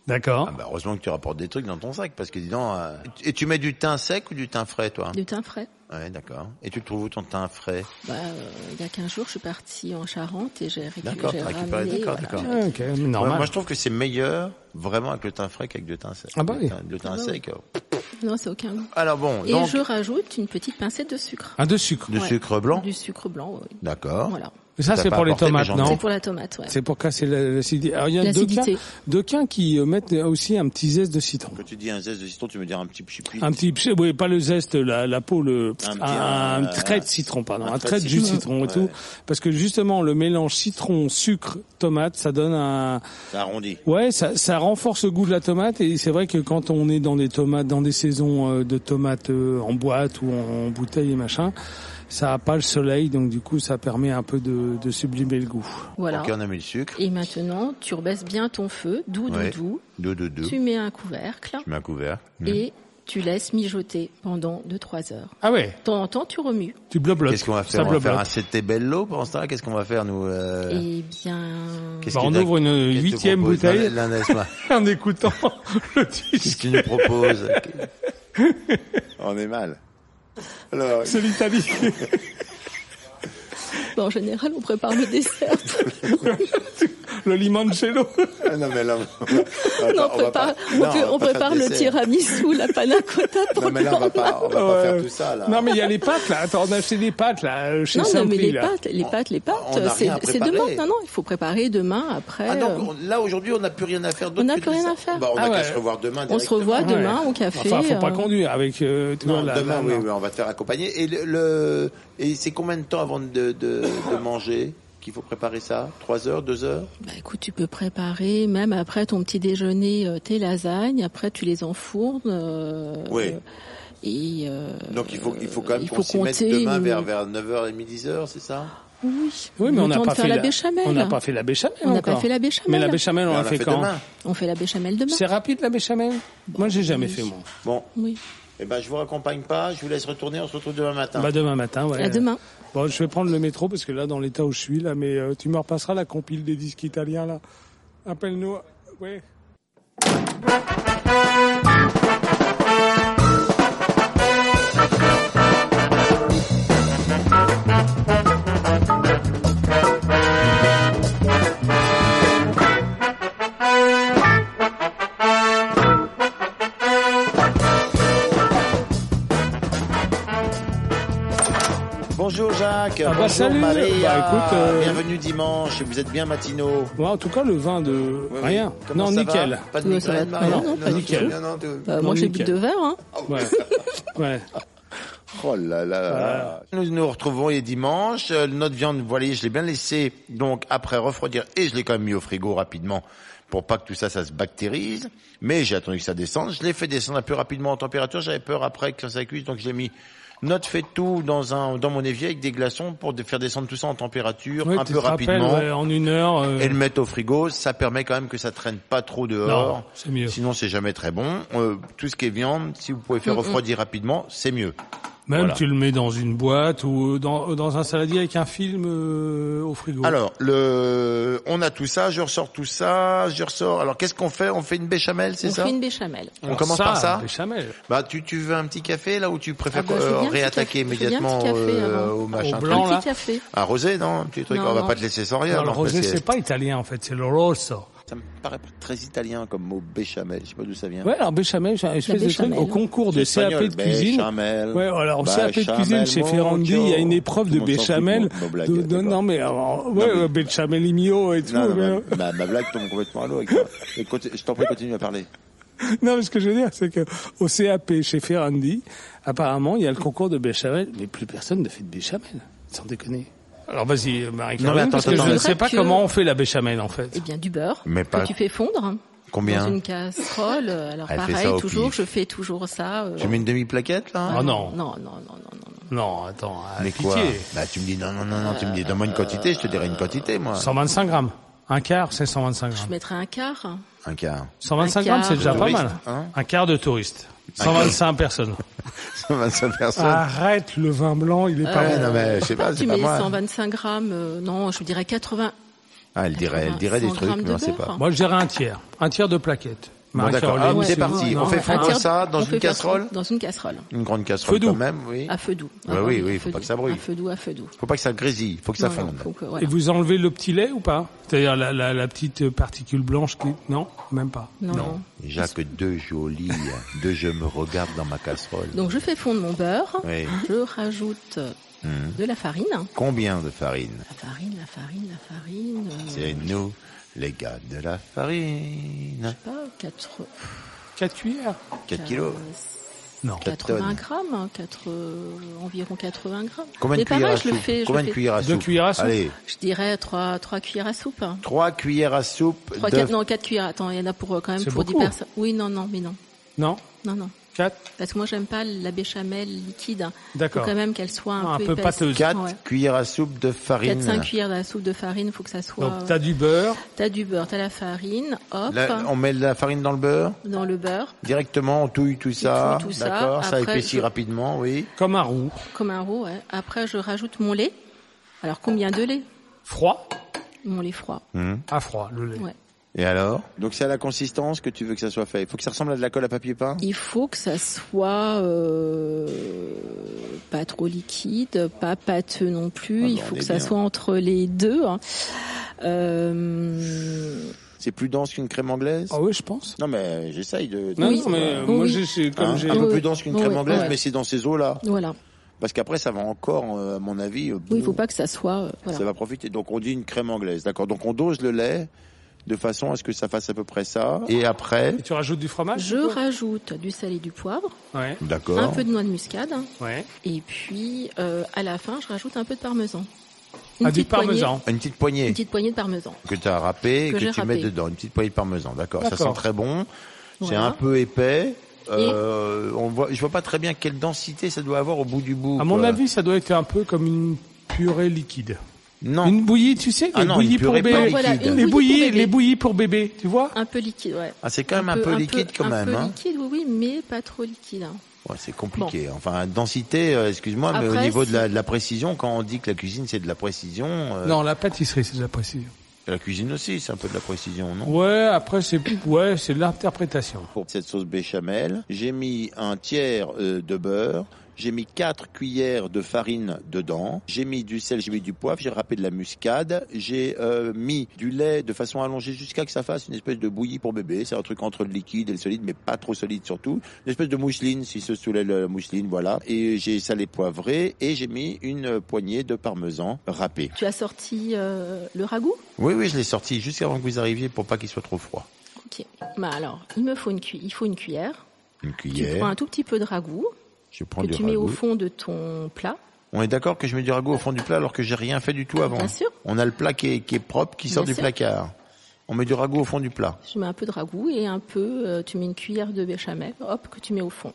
S3: D'accord.
S6: Ah bah heureusement que tu rapportes des trucs dans ton sac parce que dis donc. euh, Et tu mets du thym sec ou du thym frais toi
S4: Du thym frais.
S6: Ouais, d'accord. Et tu le trouves où ton thym frais
S4: Bah, euh, il y a 15 jours, je suis partie en Charente et j'ai récupéré.
S6: D'accord, t'as récupéré, d'accord, d'accord.
S3: Ah, ok, normal.
S6: Ouais, moi je trouve que c'est meilleur vraiment avec le thym frais qu'avec du thym sec.
S3: Ah bah
S6: le
S3: oui.
S6: thym, le thym sec. euh.
S4: Non, c'est aucun goût.
S6: Alors bon,
S4: Et
S6: donc
S4: je rajoute une petite pincée de sucre.
S3: Un de sucre.
S6: du
S4: Ouais.
S6: sucre blanc.
S4: Du sucre blanc, oui.
S6: D'accord.
S4: Voilà.
S3: Mais ça,
S6: T'as
S3: c'est
S6: pas
S3: pour les
S6: apporté, mais
S3: tomates,
S6: j'en
S3: non
S6: ai.
S4: C'est pour la tomate, ouais.
S3: C'est pour casser la- l'acidité. Alors, il y a deux
S4: L'acidité.
S3: cas, deux cas qui euh, mettent aussi un petit zeste de citron.
S6: Quand tu dis un zeste de citron, tu veux dire un petit chipit.
S3: Un petit, pch- oui, pas le zeste, la, la peau, le,
S6: Un
S3: un,
S6: petit-
S3: un
S6: un-
S3: trait de citron, pardon,
S6: un
S3: un
S6: trait
S3: trait
S6: de
S3: de jus de
S6: citron.
S3: citron et
S6: Ouais.
S3: tout. Parce que justement, le mélange citron, sucre, tomate, ça donne un,
S6: Ça arrondi.
S3: ouais, ça, ça renforce le goût de la tomate et c'est vrai que quand on est dans des tomates, dans des saisons euh, de tomates euh, en boîte ou en bouteille et machin, ça a pas le soleil, donc du coup, ça permet un peu de, de sublimer le goût.
S4: Voilà.
S6: Ok, on a mis le sucre.
S4: Et maintenant, tu rebaisses bien ton feu, doux, doux,
S6: Ouais.
S4: doux.
S6: Deux, deux, deux.
S4: Tu mets un couvercle
S6: Je mets un Mmh. couvert.
S4: et tu laisses mijoter pendant 2-3 heures.
S3: Ah ouais,
S4: De temps en temps, tu remues.
S3: tu blablotes.
S6: Qu'est-ce qu'on va
S3: Ça
S6: faire On va faire
S3: blablote.
S6: un c'était bello pendant ce temps-là Qu'est-ce qu'on va faire nous euh,
S4: Eh bien,
S6: qu'est-ce
S3: Bah,
S6: que
S3: on
S6: t'as-
S3: ouvre une
S6: qu'est-ce que tu
S3: huitième
S6: proposes
S3: bouteille.
S6: L'un- l'un- laisse-moi.
S3: en écoutant le
S6: Qu'est-ce que
S3: disque.
S6: tu nous proposes On est mal. Alors,
S3: C'est l'Italie.
S4: bah, en général, on prépare le dessert.
S3: Le limoncello.
S6: Ah non mais là, on
S4: non, on prépare, on peut- on prépare le tiramisu, la panna cotta pour le lendemain.
S6: on
S3: pas faire Ouais.
S6: tout ça là.
S3: Non, mais il y a les pâtes, là. Attends, on a acheté des pâtes, là, euh, chez
S4: Non, non, mais
S3: Saint-Prix,
S4: les
S3: là.
S4: pâtes, les
S6: On-
S4: pâtes, les
S6: on n'a
S4: pâtes, c'est
S6: rien à
S4: c'est
S6: préparer.
S4: demain. Non, non, il faut préparer demain après.
S6: Ah
S4: euh,
S6: donc on- là aujourd'hui on n'a plus rien à faire d'autre.
S4: On n'a
S6: que
S4: plus
S6: de
S4: rien
S6: ça.
S4: à faire.
S6: Bah, on
S3: Ah
S6: a
S3: ouais.
S6: qu'à se revoir demain.
S4: on se revoit
S3: Ouais.
S4: demain au café.
S3: Enfin, faut pas
S4: euh,
S3: conduire avec, euh, tu
S6: Non,
S3: vois, là.
S6: demain, oui, oui, on va te faire accompagner. Et le, le- et c'est combien de temps avant de, de, de manger qu'il faut préparer ça Trois heures, deux heures
S4: Bah écoute, tu peux préparer même après ton petit déjeuner euh, tes lasagnes. Après, tu les enfournes. euh,
S6: Oui.
S4: Et euh,
S6: Donc il faut, il faut quand même
S4: il
S6: qu'on
S4: faut
S6: s'y mette
S4: compter
S6: demain
S4: une-
S6: vers, vers 9h et 10h, c'est ça
S4: oui.
S3: Oui, mais
S4: Le
S3: on n'a
S4: temps de
S3: pas
S4: faire
S3: fait
S4: la béchamel.
S3: On n'a pas fait la béchamel
S4: On n'a
S3: encore.
S4: pas fait la béchamel.
S3: Mais la béchamel, on,
S6: Mais
S3: l'a
S6: on
S3: fait quand
S6: demain.
S4: On fait la béchamel demain.
S3: C'est rapide, la béchamel Moi,
S4: Bah,
S3: j'ai jamais fait, moi.
S6: Bon,
S4: Oui.
S6: eh ben, je vous raccompagne pas, je vous laisse retourner, on se retrouve demain matin.
S3: Bah, demain matin, ouais.
S4: À demain.
S3: Bon, je vais prendre le métro, parce que là, dans l'état où je suis, là, mais euh, tu me repasseras la compile des disques italiens, là. Appelle-nous. Ouais.
S6: Bonjour Jacques,
S3: bah,
S6: bonjour
S3: salut.
S6: Maria,
S3: Bah, écoute, euh,
S6: bienvenue dimanche, vous êtes bien matinaux.
S3: Ouais, en tout cas, le vin de...
S6: Oui, oui.
S3: Rien. non,
S6: Comment ça
S3: nickel.
S6: va Pas de
S4: Oui, ça va
S6: migraine,
S4: très
S6: Maria
S4: bien, non, pas
S6: tout-
S3: nickel.
S6: non, non, tout-
S4: Bah,
S3: Non,
S4: moi, j'ai bu
S3: nickel.
S4: deux verres. Hein.
S3: Ouais. ouais.
S6: Oh là là. Nous nous retrouvons les dimanches. Euh, notre viande, vous voyez, je l'ai bien laissée donc après refroidir et je l'ai quand même mis au frigo rapidement pour pas que tout ça, ça se bactérise. Mais j'ai attendu que ça descende. Je l'ai fait descendre plus rapidement en température. J'avais peur après que ça cuise, donc je l'ai mis notre fait tout dans un dans mon évier avec des glaçons pour faire descendre tout ça en température
S3: Ouais,
S6: un
S3: tu
S6: peu
S3: te rappelles,
S6: rapidement
S3: ouais, en une heure. euh,
S6: et le mettre au frigo, ça permet quand même que ça traîne pas trop dehors.
S3: Non, c'est mieux.
S6: Sinon, c'est jamais très bon. Euh, tout ce qui est viande, si vous pouvez faire refroidir rapidement, c'est mieux.
S3: Même
S6: Voilà.
S3: tu le mets dans une boîte ou euh, dans, dans un saladier avec un film euh, au frigo.
S6: Alors, le, on a tout ça, je ressors tout ça, je ressors. Alors, qu'est-ce qu'on fait On fait une béchamel, c'est
S4: On
S6: ça
S4: fait une béchamel.
S6: On commence par ça.
S3: Béchamel.
S6: Bah, tu, tu veux un petit café là ou tu préfères
S4: Ah bah, je veux
S6: euh,
S4: bien un petit
S6: réattaquer
S4: café. Je veux bien un
S6: immédiatement
S4: petit café
S6: euh,
S4: avant.
S6: au machin
S3: Au blanc,
S6: truc
S3: là.
S4: Petit café.
S6: Un rosé, non Un petit truc.
S4: Non,
S6: on va
S4: non.
S6: pas te laisser sans rien.
S3: Non, le
S6: alors,
S3: rosé,
S6: parce que
S3: c'est pas italien en fait, c'est le rosso.
S6: Ça me paraît pas très italien comme mot béchamel. Je sais pas d'où ça vient.
S3: Ouais, alors béchamel, c'est un espèce de truc
S4: béchamel.
S3: au concours
S6: C'est
S3: de CAP
S6: espagnol,
S3: de cuisine.
S6: béchamel,
S3: Ouais, alors au CAP de
S6: béchamel,
S3: cuisine chez
S6: mon
S3: Ferrandi,
S6: Dieu.
S3: il y a une épreuve
S6: Tout
S3: de
S6: le monde s'en fout de
S3: béchamel.
S6: mon- de mon blague,
S3: de- de-
S6: d'accord.
S3: non mais alors, ouais,
S6: mais-
S3: ouais, béchamel et mio et tout.
S6: Non, non,
S3: mais-
S4: hein.
S6: ma, ma- ma blague tombe complètement à l'eau. avec toi. Et conti- Je t'en prie, continue à parler.
S3: Non, mais ce que je veux dire, c'est que au CAP chez Ferrandi, apparemment, il y a le concours de béchamel, mais plus personne ne fait de béchamel. Sans déconner. Alors vas-y, marie
S6: Non, mais attends,
S3: parce que
S6: attends,
S3: je ne
S6: mais-
S3: sais pas
S4: Que-
S3: comment on fait la béchamel en fait.
S4: Eh bien, du beurre
S6: Mais pas-
S4: que tu fais fondre. hein,
S6: Combien
S4: Dans une casserole. Euh, Alors
S6: Elle fait
S4: pareil,
S6: ça au
S4: toujours,
S6: pif.
S4: je fais toujours ça. euh,
S6: Tu mets une demi-plaquette là
S3: Ah
S4: non,
S3: non.
S4: non, non, non, non, non.
S3: Non, attends, euh,
S6: Mais
S3: pitié.
S6: quoi Bah tu me dis non, non, non, non. Tu me dis donne-moi une quantité. Je te dirai une quantité, moi.
S3: 125 grammes. Un quart, c'est 125
S4: Je
S6: Ah.
S3: grammes.
S4: mettrais un quart. hein.
S6: Un quart.
S3: 125
S4: Un
S3: grammes,
S4: quart
S3: c'est déjà
S6: de
S3: pas
S6: touriste,
S3: mal.
S6: hein.
S3: un quart de touriste. 125 personnes.
S6: 125 personnes.
S3: Arrête le vin blanc, il est pas
S4: Euh.
S6: Ouais,
S3: bon.
S6: non mais je sais pas, bah,
S4: Ah.
S6: c'est
S4: tu
S6: pas
S4: mets
S6: moi.
S4: 125 grammes. euh, non, je dirais 80.
S6: Ah, elle dirait, elle dirait des
S4: 100
S6: trucs,
S4: grammes
S6: mais
S4: de
S6: on sait
S4: beurre.
S6: pas.
S3: Moi, je dirais un tiers. Un tiers de plaquettes.
S6: Bon, d'accord.
S3: Marie-Caroline,
S6: Ah,
S3: si
S6: c'est
S3: vous-
S6: parti.
S3: non.
S6: On fait
S4: Un
S6: fondre
S4: tiers-
S6: ça dans
S4: on
S6: une
S4: peut faire fondre
S6: casserole
S4: Dans une casserole.
S6: Une grande casserole
S3: Feu doux.
S6: quand même, oui.
S4: À feu doux.
S6: Ouais,
S4: Ah,
S6: oui,
S4: à
S6: oui,
S4: feu
S6: faut pas
S4: doux.
S6: que ça brûle.
S4: À feu doux, à feu doux.
S6: Faut pas que ça grésille, faut que ça
S4: Voilà,
S6: fonde.
S4: faut que-
S3: Et
S4: voilà.
S3: vous enlevez le petit lait ou pas C'est-à-dire la, la, la petite particule blanche qui... Non, même pas.
S4: Non, non.
S6: Déjà que deux jolies, deux je me regarde dans ma casserole.
S4: Donc je fais fondre mon beurre.
S6: Oui.
S4: Je rajoute euh, de la farine.
S6: Combien de farine
S4: La farine, la farine, la farine. euh,
S6: C'est nous, les gars de la farine.
S4: pas 4,
S3: 4 cuillères
S6: 4 kilos.
S3: Non.
S4: 80
S6: tonnes.
S4: grammes, hein, quatre, euh, environ 80 grammes.
S6: Combien de
S4: Mais
S6: cuillères à
S4: pareil, je le
S6: soupe
S4: fais, je,
S6: Combien
S4: le
S6: de
S4: fais-
S6: cuillères à
S3: Deux
S6: soupe
S3: cuillères à soupe.
S6: Allez,
S4: je dirais 3, trois cuillères à soupe. hein.
S6: trois cuillères à soupe
S4: Trois,
S6: de
S4: quatre- non, 4 cuillères. Attends, il y en a pour euh, quand même
S3: C'est
S4: pour 10
S3: beaucoup.
S4: personnes. Oui, non, non, mais non.
S3: Non
S4: Non, non.
S3: 4
S4: Parce que moi, j'aime pas la béchamel liquide. hein. Faut
S3: D'accord. Ah,
S4: quand même qu'elle soit un,
S3: Un
S4: peu,
S3: peu
S4: épaisse.
S3: pâteuse.
S6: quatre
S4: Ouais.
S6: cuillères à soupe de farine.
S4: 4-5 cuillères à soupe de farine, faut que ça soit. euh,
S3: Donc, t'as du beurre.
S4: T'as du beurre, t'as la farine, hop,
S6: Là, on met de la farine dans le beurre
S4: dans le beurre,
S6: Directement, on touille tout ça,
S4: touille tout ça,
S6: d'accord, ça
S4: après,
S6: épaissit
S4: je-
S6: rapidement, oui.
S3: Comme un roux.
S4: comme un roux. ouais. Après, je rajoute mon lait. Alors, combien de lait
S3: Froid
S4: Mon lait froid.
S3: À froid, le lait.
S4: Ouais.
S6: Et alors Donc c'est à la consistance que tu veux que ça soit fait. Il faut que ça ressemble à de la colle à papier peint.
S4: Il faut que ça soit euh, pas trop liquide, pas pâteux non plus.
S6: Ah
S4: Il
S6: bah,
S4: faut
S6: on
S4: que
S6: est
S4: ça
S6: bien.
S4: soit entre les deux. hein. Euh,
S6: C'est plus dense qu'une crème anglaise.
S3: Ah oui, je pense.
S6: Non mais euh, j'essaye de.
S3: Non,
S4: Oui.
S3: non, mais euh,
S4: Oui. Ah.
S3: moi, j'ai- j'ai- comme
S6: Hein,
S3: j'ai...
S6: un peu
S4: Oui,
S6: plus dense qu'une
S4: oui,
S6: crème
S4: oui,
S6: anglaise,
S4: ouais.
S6: mais c'est dans ces eaux là.
S4: voilà.
S6: Parce qu'après ça va encore, euh, à mon avis. euh,
S4: Oui, il faut pas que ça soit. euh, voilà.
S6: Ça va profiter. Donc on dit une crème anglaise, d'accord. Donc on dose le lait de façon à ce que ça fasse à peu près ça. Et après.
S3: Et tu rajoutes du fromage
S4: Je rajoute du sel et du poivre,
S3: Ouais,
S4: un
S6: D'accord.
S4: peu de noix de muscade, hein,
S3: ouais.
S4: et puis euh, à la fin, je rajoute un peu de parmesan. Une
S3: Ah, du
S4: petite poignée-
S3: parmesan.
S6: Une petite poignée
S4: une petite poignée de parmesan.
S6: que tu as râpée et
S4: Que
S6: que,
S4: j'ai
S6: tu
S4: râpée.
S6: mets dedans. Une petite poignée de parmesan, d'accord. Ça
S3: D'accord.
S6: sent très bon. C'est
S4: Voilà.
S6: un peu épais. Euh, on voit, je vois pas très bien quelle densité ça doit avoir au bout du bout.
S3: À mon
S6: quoi.
S3: avis, ça doit être un peu comme une purée liquide.
S6: non.
S3: Une bouillie, tu sais, les
S6: Ah non, une
S3: bouillies pour
S6: purée pas
S3: bébé.
S6: liquide. Voilà,
S4: une
S3: les
S4: bouillie
S3: bouillies,
S4: pour bébé.
S3: les bouillies pour bébé, tu vois
S4: Un peu liquide, ouais.
S6: Ah, c'est quand même un, peu, liquide quand
S4: un
S6: même.
S4: peu
S6: hein.
S4: liquide, oui, oui, mais pas trop liquide. hein.
S6: Ouais, c'est compliqué. Enfin, densité, euh, excuse-moi, mais au
S4: Après,
S6: niveau de la,
S4: c'est-
S6: de la précision, quand on dit que la cuisine c'est de la précision, euh,
S3: Non, la pâtisserie, c'est de la précision.
S6: la cuisine aussi c'est un peu de la précision, non
S3: Ouais, après, c'est ouais, c'est de l'interprétation.
S6: Pour cette sauce béchamel, j'ai mis un tiers euh, de beurre, j'ai mis quatre cuillères de farine dedans, j'ai mis du sel, j'ai mis du poivre, j'ai râpé de la muscade, j'ai euh, mis du lait de façon allongée jusqu'à que ça fasse une espèce de bouillie pour bébé. C'est un truc entre le liquide et le solide, mais pas trop solide surtout. Une espèce de mousseline, si se soulève la mousseline, voilà. Et j'ai salé poivré et j'ai mis une euh, poignée de parmesan râpé.
S4: Tu as sorti euh, le ragoût
S6: Oui, oui, je l'ai sorti juste avant que vous arriviez pour pas qu'il soit trop froid.
S4: Ok. Bah alors, il me faut une, cu- il faut une cuillère.
S6: Une
S4: Tu prends
S6: cuillère,
S4: un tout petit peu de ragoût
S6: je prends
S4: que
S6: du
S4: tu mets au
S6: ragoût.
S4: fond de ton plat.
S6: On est d'accord que je mets du ragoût au fond du plat alors que j'ai rien fait du tout avant.
S4: Bien sûr.
S6: On a le plat qui est, qui est propre, qui sort
S4: Bien
S6: du
S4: sûr.
S6: placard. On met du ragoût au fond du plat.
S4: Tu mets un peu de ragoût et un peu, euh, tu mets une cuillère de béchamel, hop, que tu mets au fond.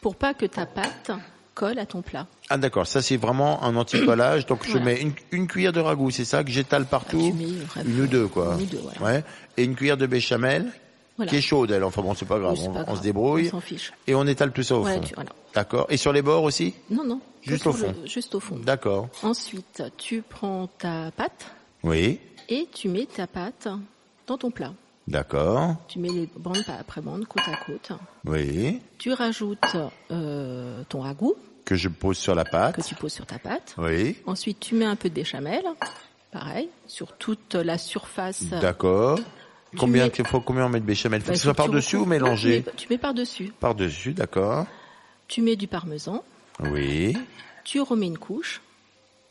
S4: Pour pas que ta pâte colle à ton plat.
S6: Ah d'accord, ça c'est vraiment un anti-collage. Donc je
S4: Voilà.
S6: mets une, une cuillère de ragoût, c'est ça que j'étale
S4: Tu
S6: partout.
S4: mets, euh,
S6: Une ou deux quoi.
S4: Une ou deux, voilà.
S6: Ouais. Et une cuillère de béchamel
S4: Voilà.
S6: qui est chaude elle. Enfin bon, c'est pas grave,
S4: Oui, c'est
S6: on,
S4: pas
S6: on
S4: grave,
S6: se débrouille
S4: On s'en fiche.
S6: et on étale tout ça au
S4: Voilà,
S6: fond.
S4: tu- voilà.
S6: D'accord. Et sur les bords aussi
S4: Non, non.
S6: Juste
S4: sur
S6: au
S4: le-
S6: fond.
S4: juste au fond.
S6: D'accord.
S4: Ensuite, tu prends ta pâte
S6: Oui.
S4: et tu mets ta pâte dans ton plat.
S6: D'accord.
S4: Tu mets les bandes pa- après bandes, côte à côte.
S6: Oui.
S4: Tu rajoutes euh, ton ragoût
S6: Que je pose sur la pâte.
S4: que tu poses sur ta pâte.
S6: Oui.
S4: Ensuite, tu mets un peu de béchamel, pareil, sur toute la surface.
S6: D'accord.
S4: Tu
S6: Combien
S4: mets-
S6: il faut combien on met de béchamel Faut
S4: Bah,
S6: que ce soit
S4: tu- tu
S6: par-dessus ou
S4: recouvres-
S6: mélangé
S4: Tu mets, tu mets par-dessus.
S6: Par-dessus, d'accord.
S4: Tu mets du parmesan,
S6: Oui.
S4: tu remets une couche,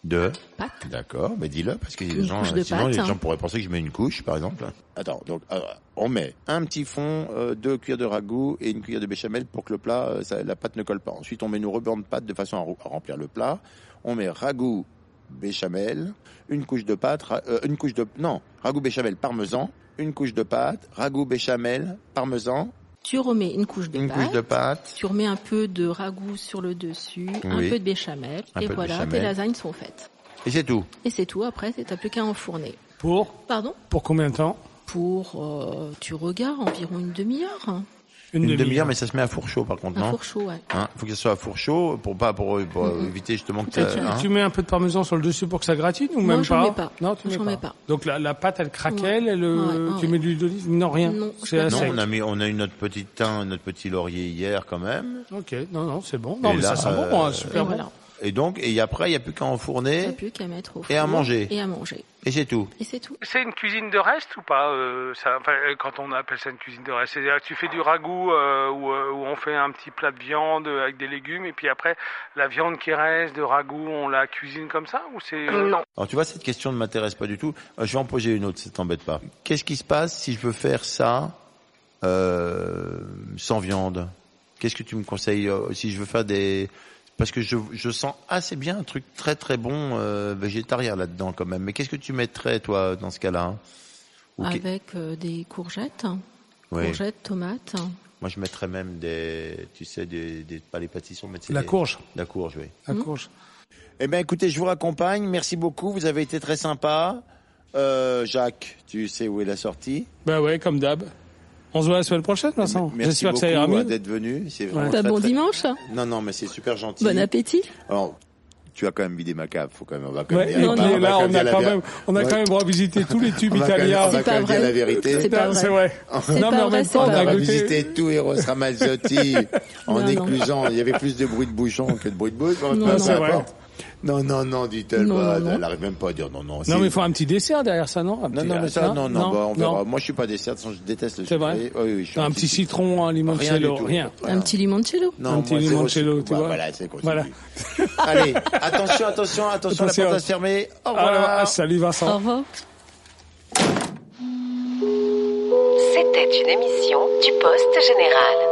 S6: Deux.
S4: pâte.
S6: D'accord, mais dis-le parce que les
S4: Une
S6: gens,
S4: couche de
S6: sinon
S4: pâte,
S6: les
S4: hein.
S6: gens pourraient penser que je mets une couche, par exemple. Attends, donc euh, on met un petit fond, euh, deux cuillères de ragoût et une cuillère de béchamel pour que le plat, euh, ça- la pâte ne colle pas. Ensuite, on met nos rebans de pâte de façon à, rou- à remplir le plat. On met ragoût, béchamel, une couche de pâte, ra- euh, une couche de non, ragoût béchamel parmesan, une couche de pâte, ragoût béchamel parmesan,
S4: Tu remets une couche de
S6: une
S4: pâte.
S6: couche de pâte.
S4: Tu remets un peu de ragoût sur le dessus, un
S6: Oui.
S4: peu de béchamel,
S6: Un
S4: et
S6: peu de
S4: voilà,
S6: béchamel.
S4: tes lasagnes sont faites.
S6: Et c'est tout.
S4: Et c'est tout, après, c'est- t'as plus qu'à enfourner.
S2: Pour
S4: Pardon
S2: Pour combien de temps
S4: Pour, euh, tu regardes, environ une demi-heure. hein.
S6: Une, demi-heure, mais ça se met à four chaud, par contre,
S4: Un
S6: non
S4: four chaud, ouais.
S6: Hein, faut que ce soit à four chaud pour pas pour, pour éviter justement que ça-
S2: Tu,
S6: hein.
S2: tu mets un peu de parmesan sur le dessus pour que ça gratine ou
S4: Moi,
S2: même
S4: j'en
S2: pas
S4: mets pas.
S2: Non, tu mets
S4: J'en
S2: pas.
S4: mets pas.
S2: Donc la, la pâte, elle craquelle, elle, euh,
S4: Ouais, ouais,
S2: tu
S4: ouais.
S2: mets de l'huile d'olive Non, rien.
S4: Non,
S2: c'est
S4: je
S2: à
S4: mets
S6: Non,
S2: sec.
S6: on a mis, on a eu notre petit thym, notre petit laurier hier quand même.
S2: Ok, non, non, c'est bon. Non,
S6: Et
S2: mais ça
S6: là,
S2: sent
S6: euh,
S2: bon, hein,
S4: Et
S2: super bon.
S4: voilà,
S6: Et donc, et après, il n'y a plus qu'à
S4: t'as
S6: enfourner
S4: plus qu'à mettre au four.
S6: et à manger.
S4: Et à manger.
S6: et c'est tout.
S4: Et c'est tout.
S9: C'est une cuisine de reste ou pas euh, ça, enfin, euh, Quand on appelle ça une cuisine de reste, c'est-à-dire que tu fais du ragoût euh, où, euh, où on fait un petit plat de viande euh, avec des légumes et puis après la viande qui reste de ragoût, on la cuisine comme ça ou c'est euh, non
S6: Alors tu vois, cette question ne m'intéresse pas du tout. Euh, je vais en poser une autre, ça t'embête pas. Qu'est-ce qui se passe si je veux faire ça euh, sans viande Qu'est-ce que tu me conseilles euh, si je veux faire des parce que je, je sens assez bien un truc très très bon euh, végétarien là-dedans quand même. Mais qu'est-ce que tu mettrais toi dans ce cas-là Ok.
S4: Avec euh, des courgettes,
S6: Oui.
S4: courgettes, tomates.
S6: Moi, je mettrais même des, tu sais, des, des- pas les pâtissons, mais c'est
S2: La
S6: des-
S2: courge.
S6: La courge, oui.
S2: La courge.
S6: Eh ben, écoutez, je vous raccompagne. Merci beaucoup. Vous avez été très sympa. Euh, Jacques, tu sais où est la sortie.
S2: Bah ouais, comme d'hab. On se voit la semaine prochaine, Vincent.
S6: Merci
S2: J'espère que ça ira
S6: beaucoup hein,
S2: mieux.
S6: d'être venu. C'est vraiment
S4: Bah,
S6: très,
S4: bon
S6: très- Ah,
S4: dimanche,
S6: Non, non, mais c'est super gentil.
S4: bon appétit.
S6: Alors, tu as quand même vidé ma cave. Faut quand même, on va quand même
S2: Ouais,
S6: dire-
S2: et
S6: on
S2: puis
S6: va- on va
S2: là,
S6: quand
S2: on a
S6: dire la
S2: quand
S6: ver-
S2: même, on a
S6: Ouais.
S2: quand même revisité tous les tubes
S6: On va quand même-
S2: italiens.
S6: on va
S4: pas
S6: quand même dire
S4: vrai.
S6: la vérité.
S4: C'est pas
S2: Non,
S4: vrai.
S2: C'est vrai.
S4: C'est
S2: Non,
S4: pas
S2: mais en
S4: vrai,
S2: même
S4: c'est
S2: temps, on
S4: pas
S2: a
S6: On a
S4: vrai.
S2: goûté.
S6: visité tout Eros Ramazzotti en
S4: Non, non.
S6: éclusant. Il y avait plus de bruit de bouchon que de bruit de bouche. mais
S4: Non,
S6: peu
S4: non.
S2: C'est vrai.
S6: importe. Non, non, non, dit-elle.
S4: Non,
S6: bah,
S4: non, non.
S6: Elle arrive même pas à dire non, non. c'est-
S2: Non, mais il faut un petit dessert derrière ça, non Un
S6: Non,
S2: petit-
S6: non, mais ça, non, non, bah, on verra.
S2: non.
S6: Moi, je suis pas dessert, de toute façon, je déteste le
S2: C'est vrai
S6: sucré. Oui, oui, je suis
S2: Un petit citron, un
S6: Rien du
S2: limoncello,
S6: tout.
S2: rien.
S6: Voilà.
S4: Un petit limoncello.
S6: Non,
S2: un petit
S6: moi, zéro
S2: limoncello,
S6: sucre.
S2: tu
S6: Bah,
S2: vois.
S6: Voilà, c'est qu'on
S2: Voilà.
S6: suffit. Allez, attention, attention, attention, la
S2: Attention.
S6: porte va se fermer. Au revoir.
S2: Ah, salut Vincent.
S4: Au revoir.
S10: C'était une émission du Poste Général.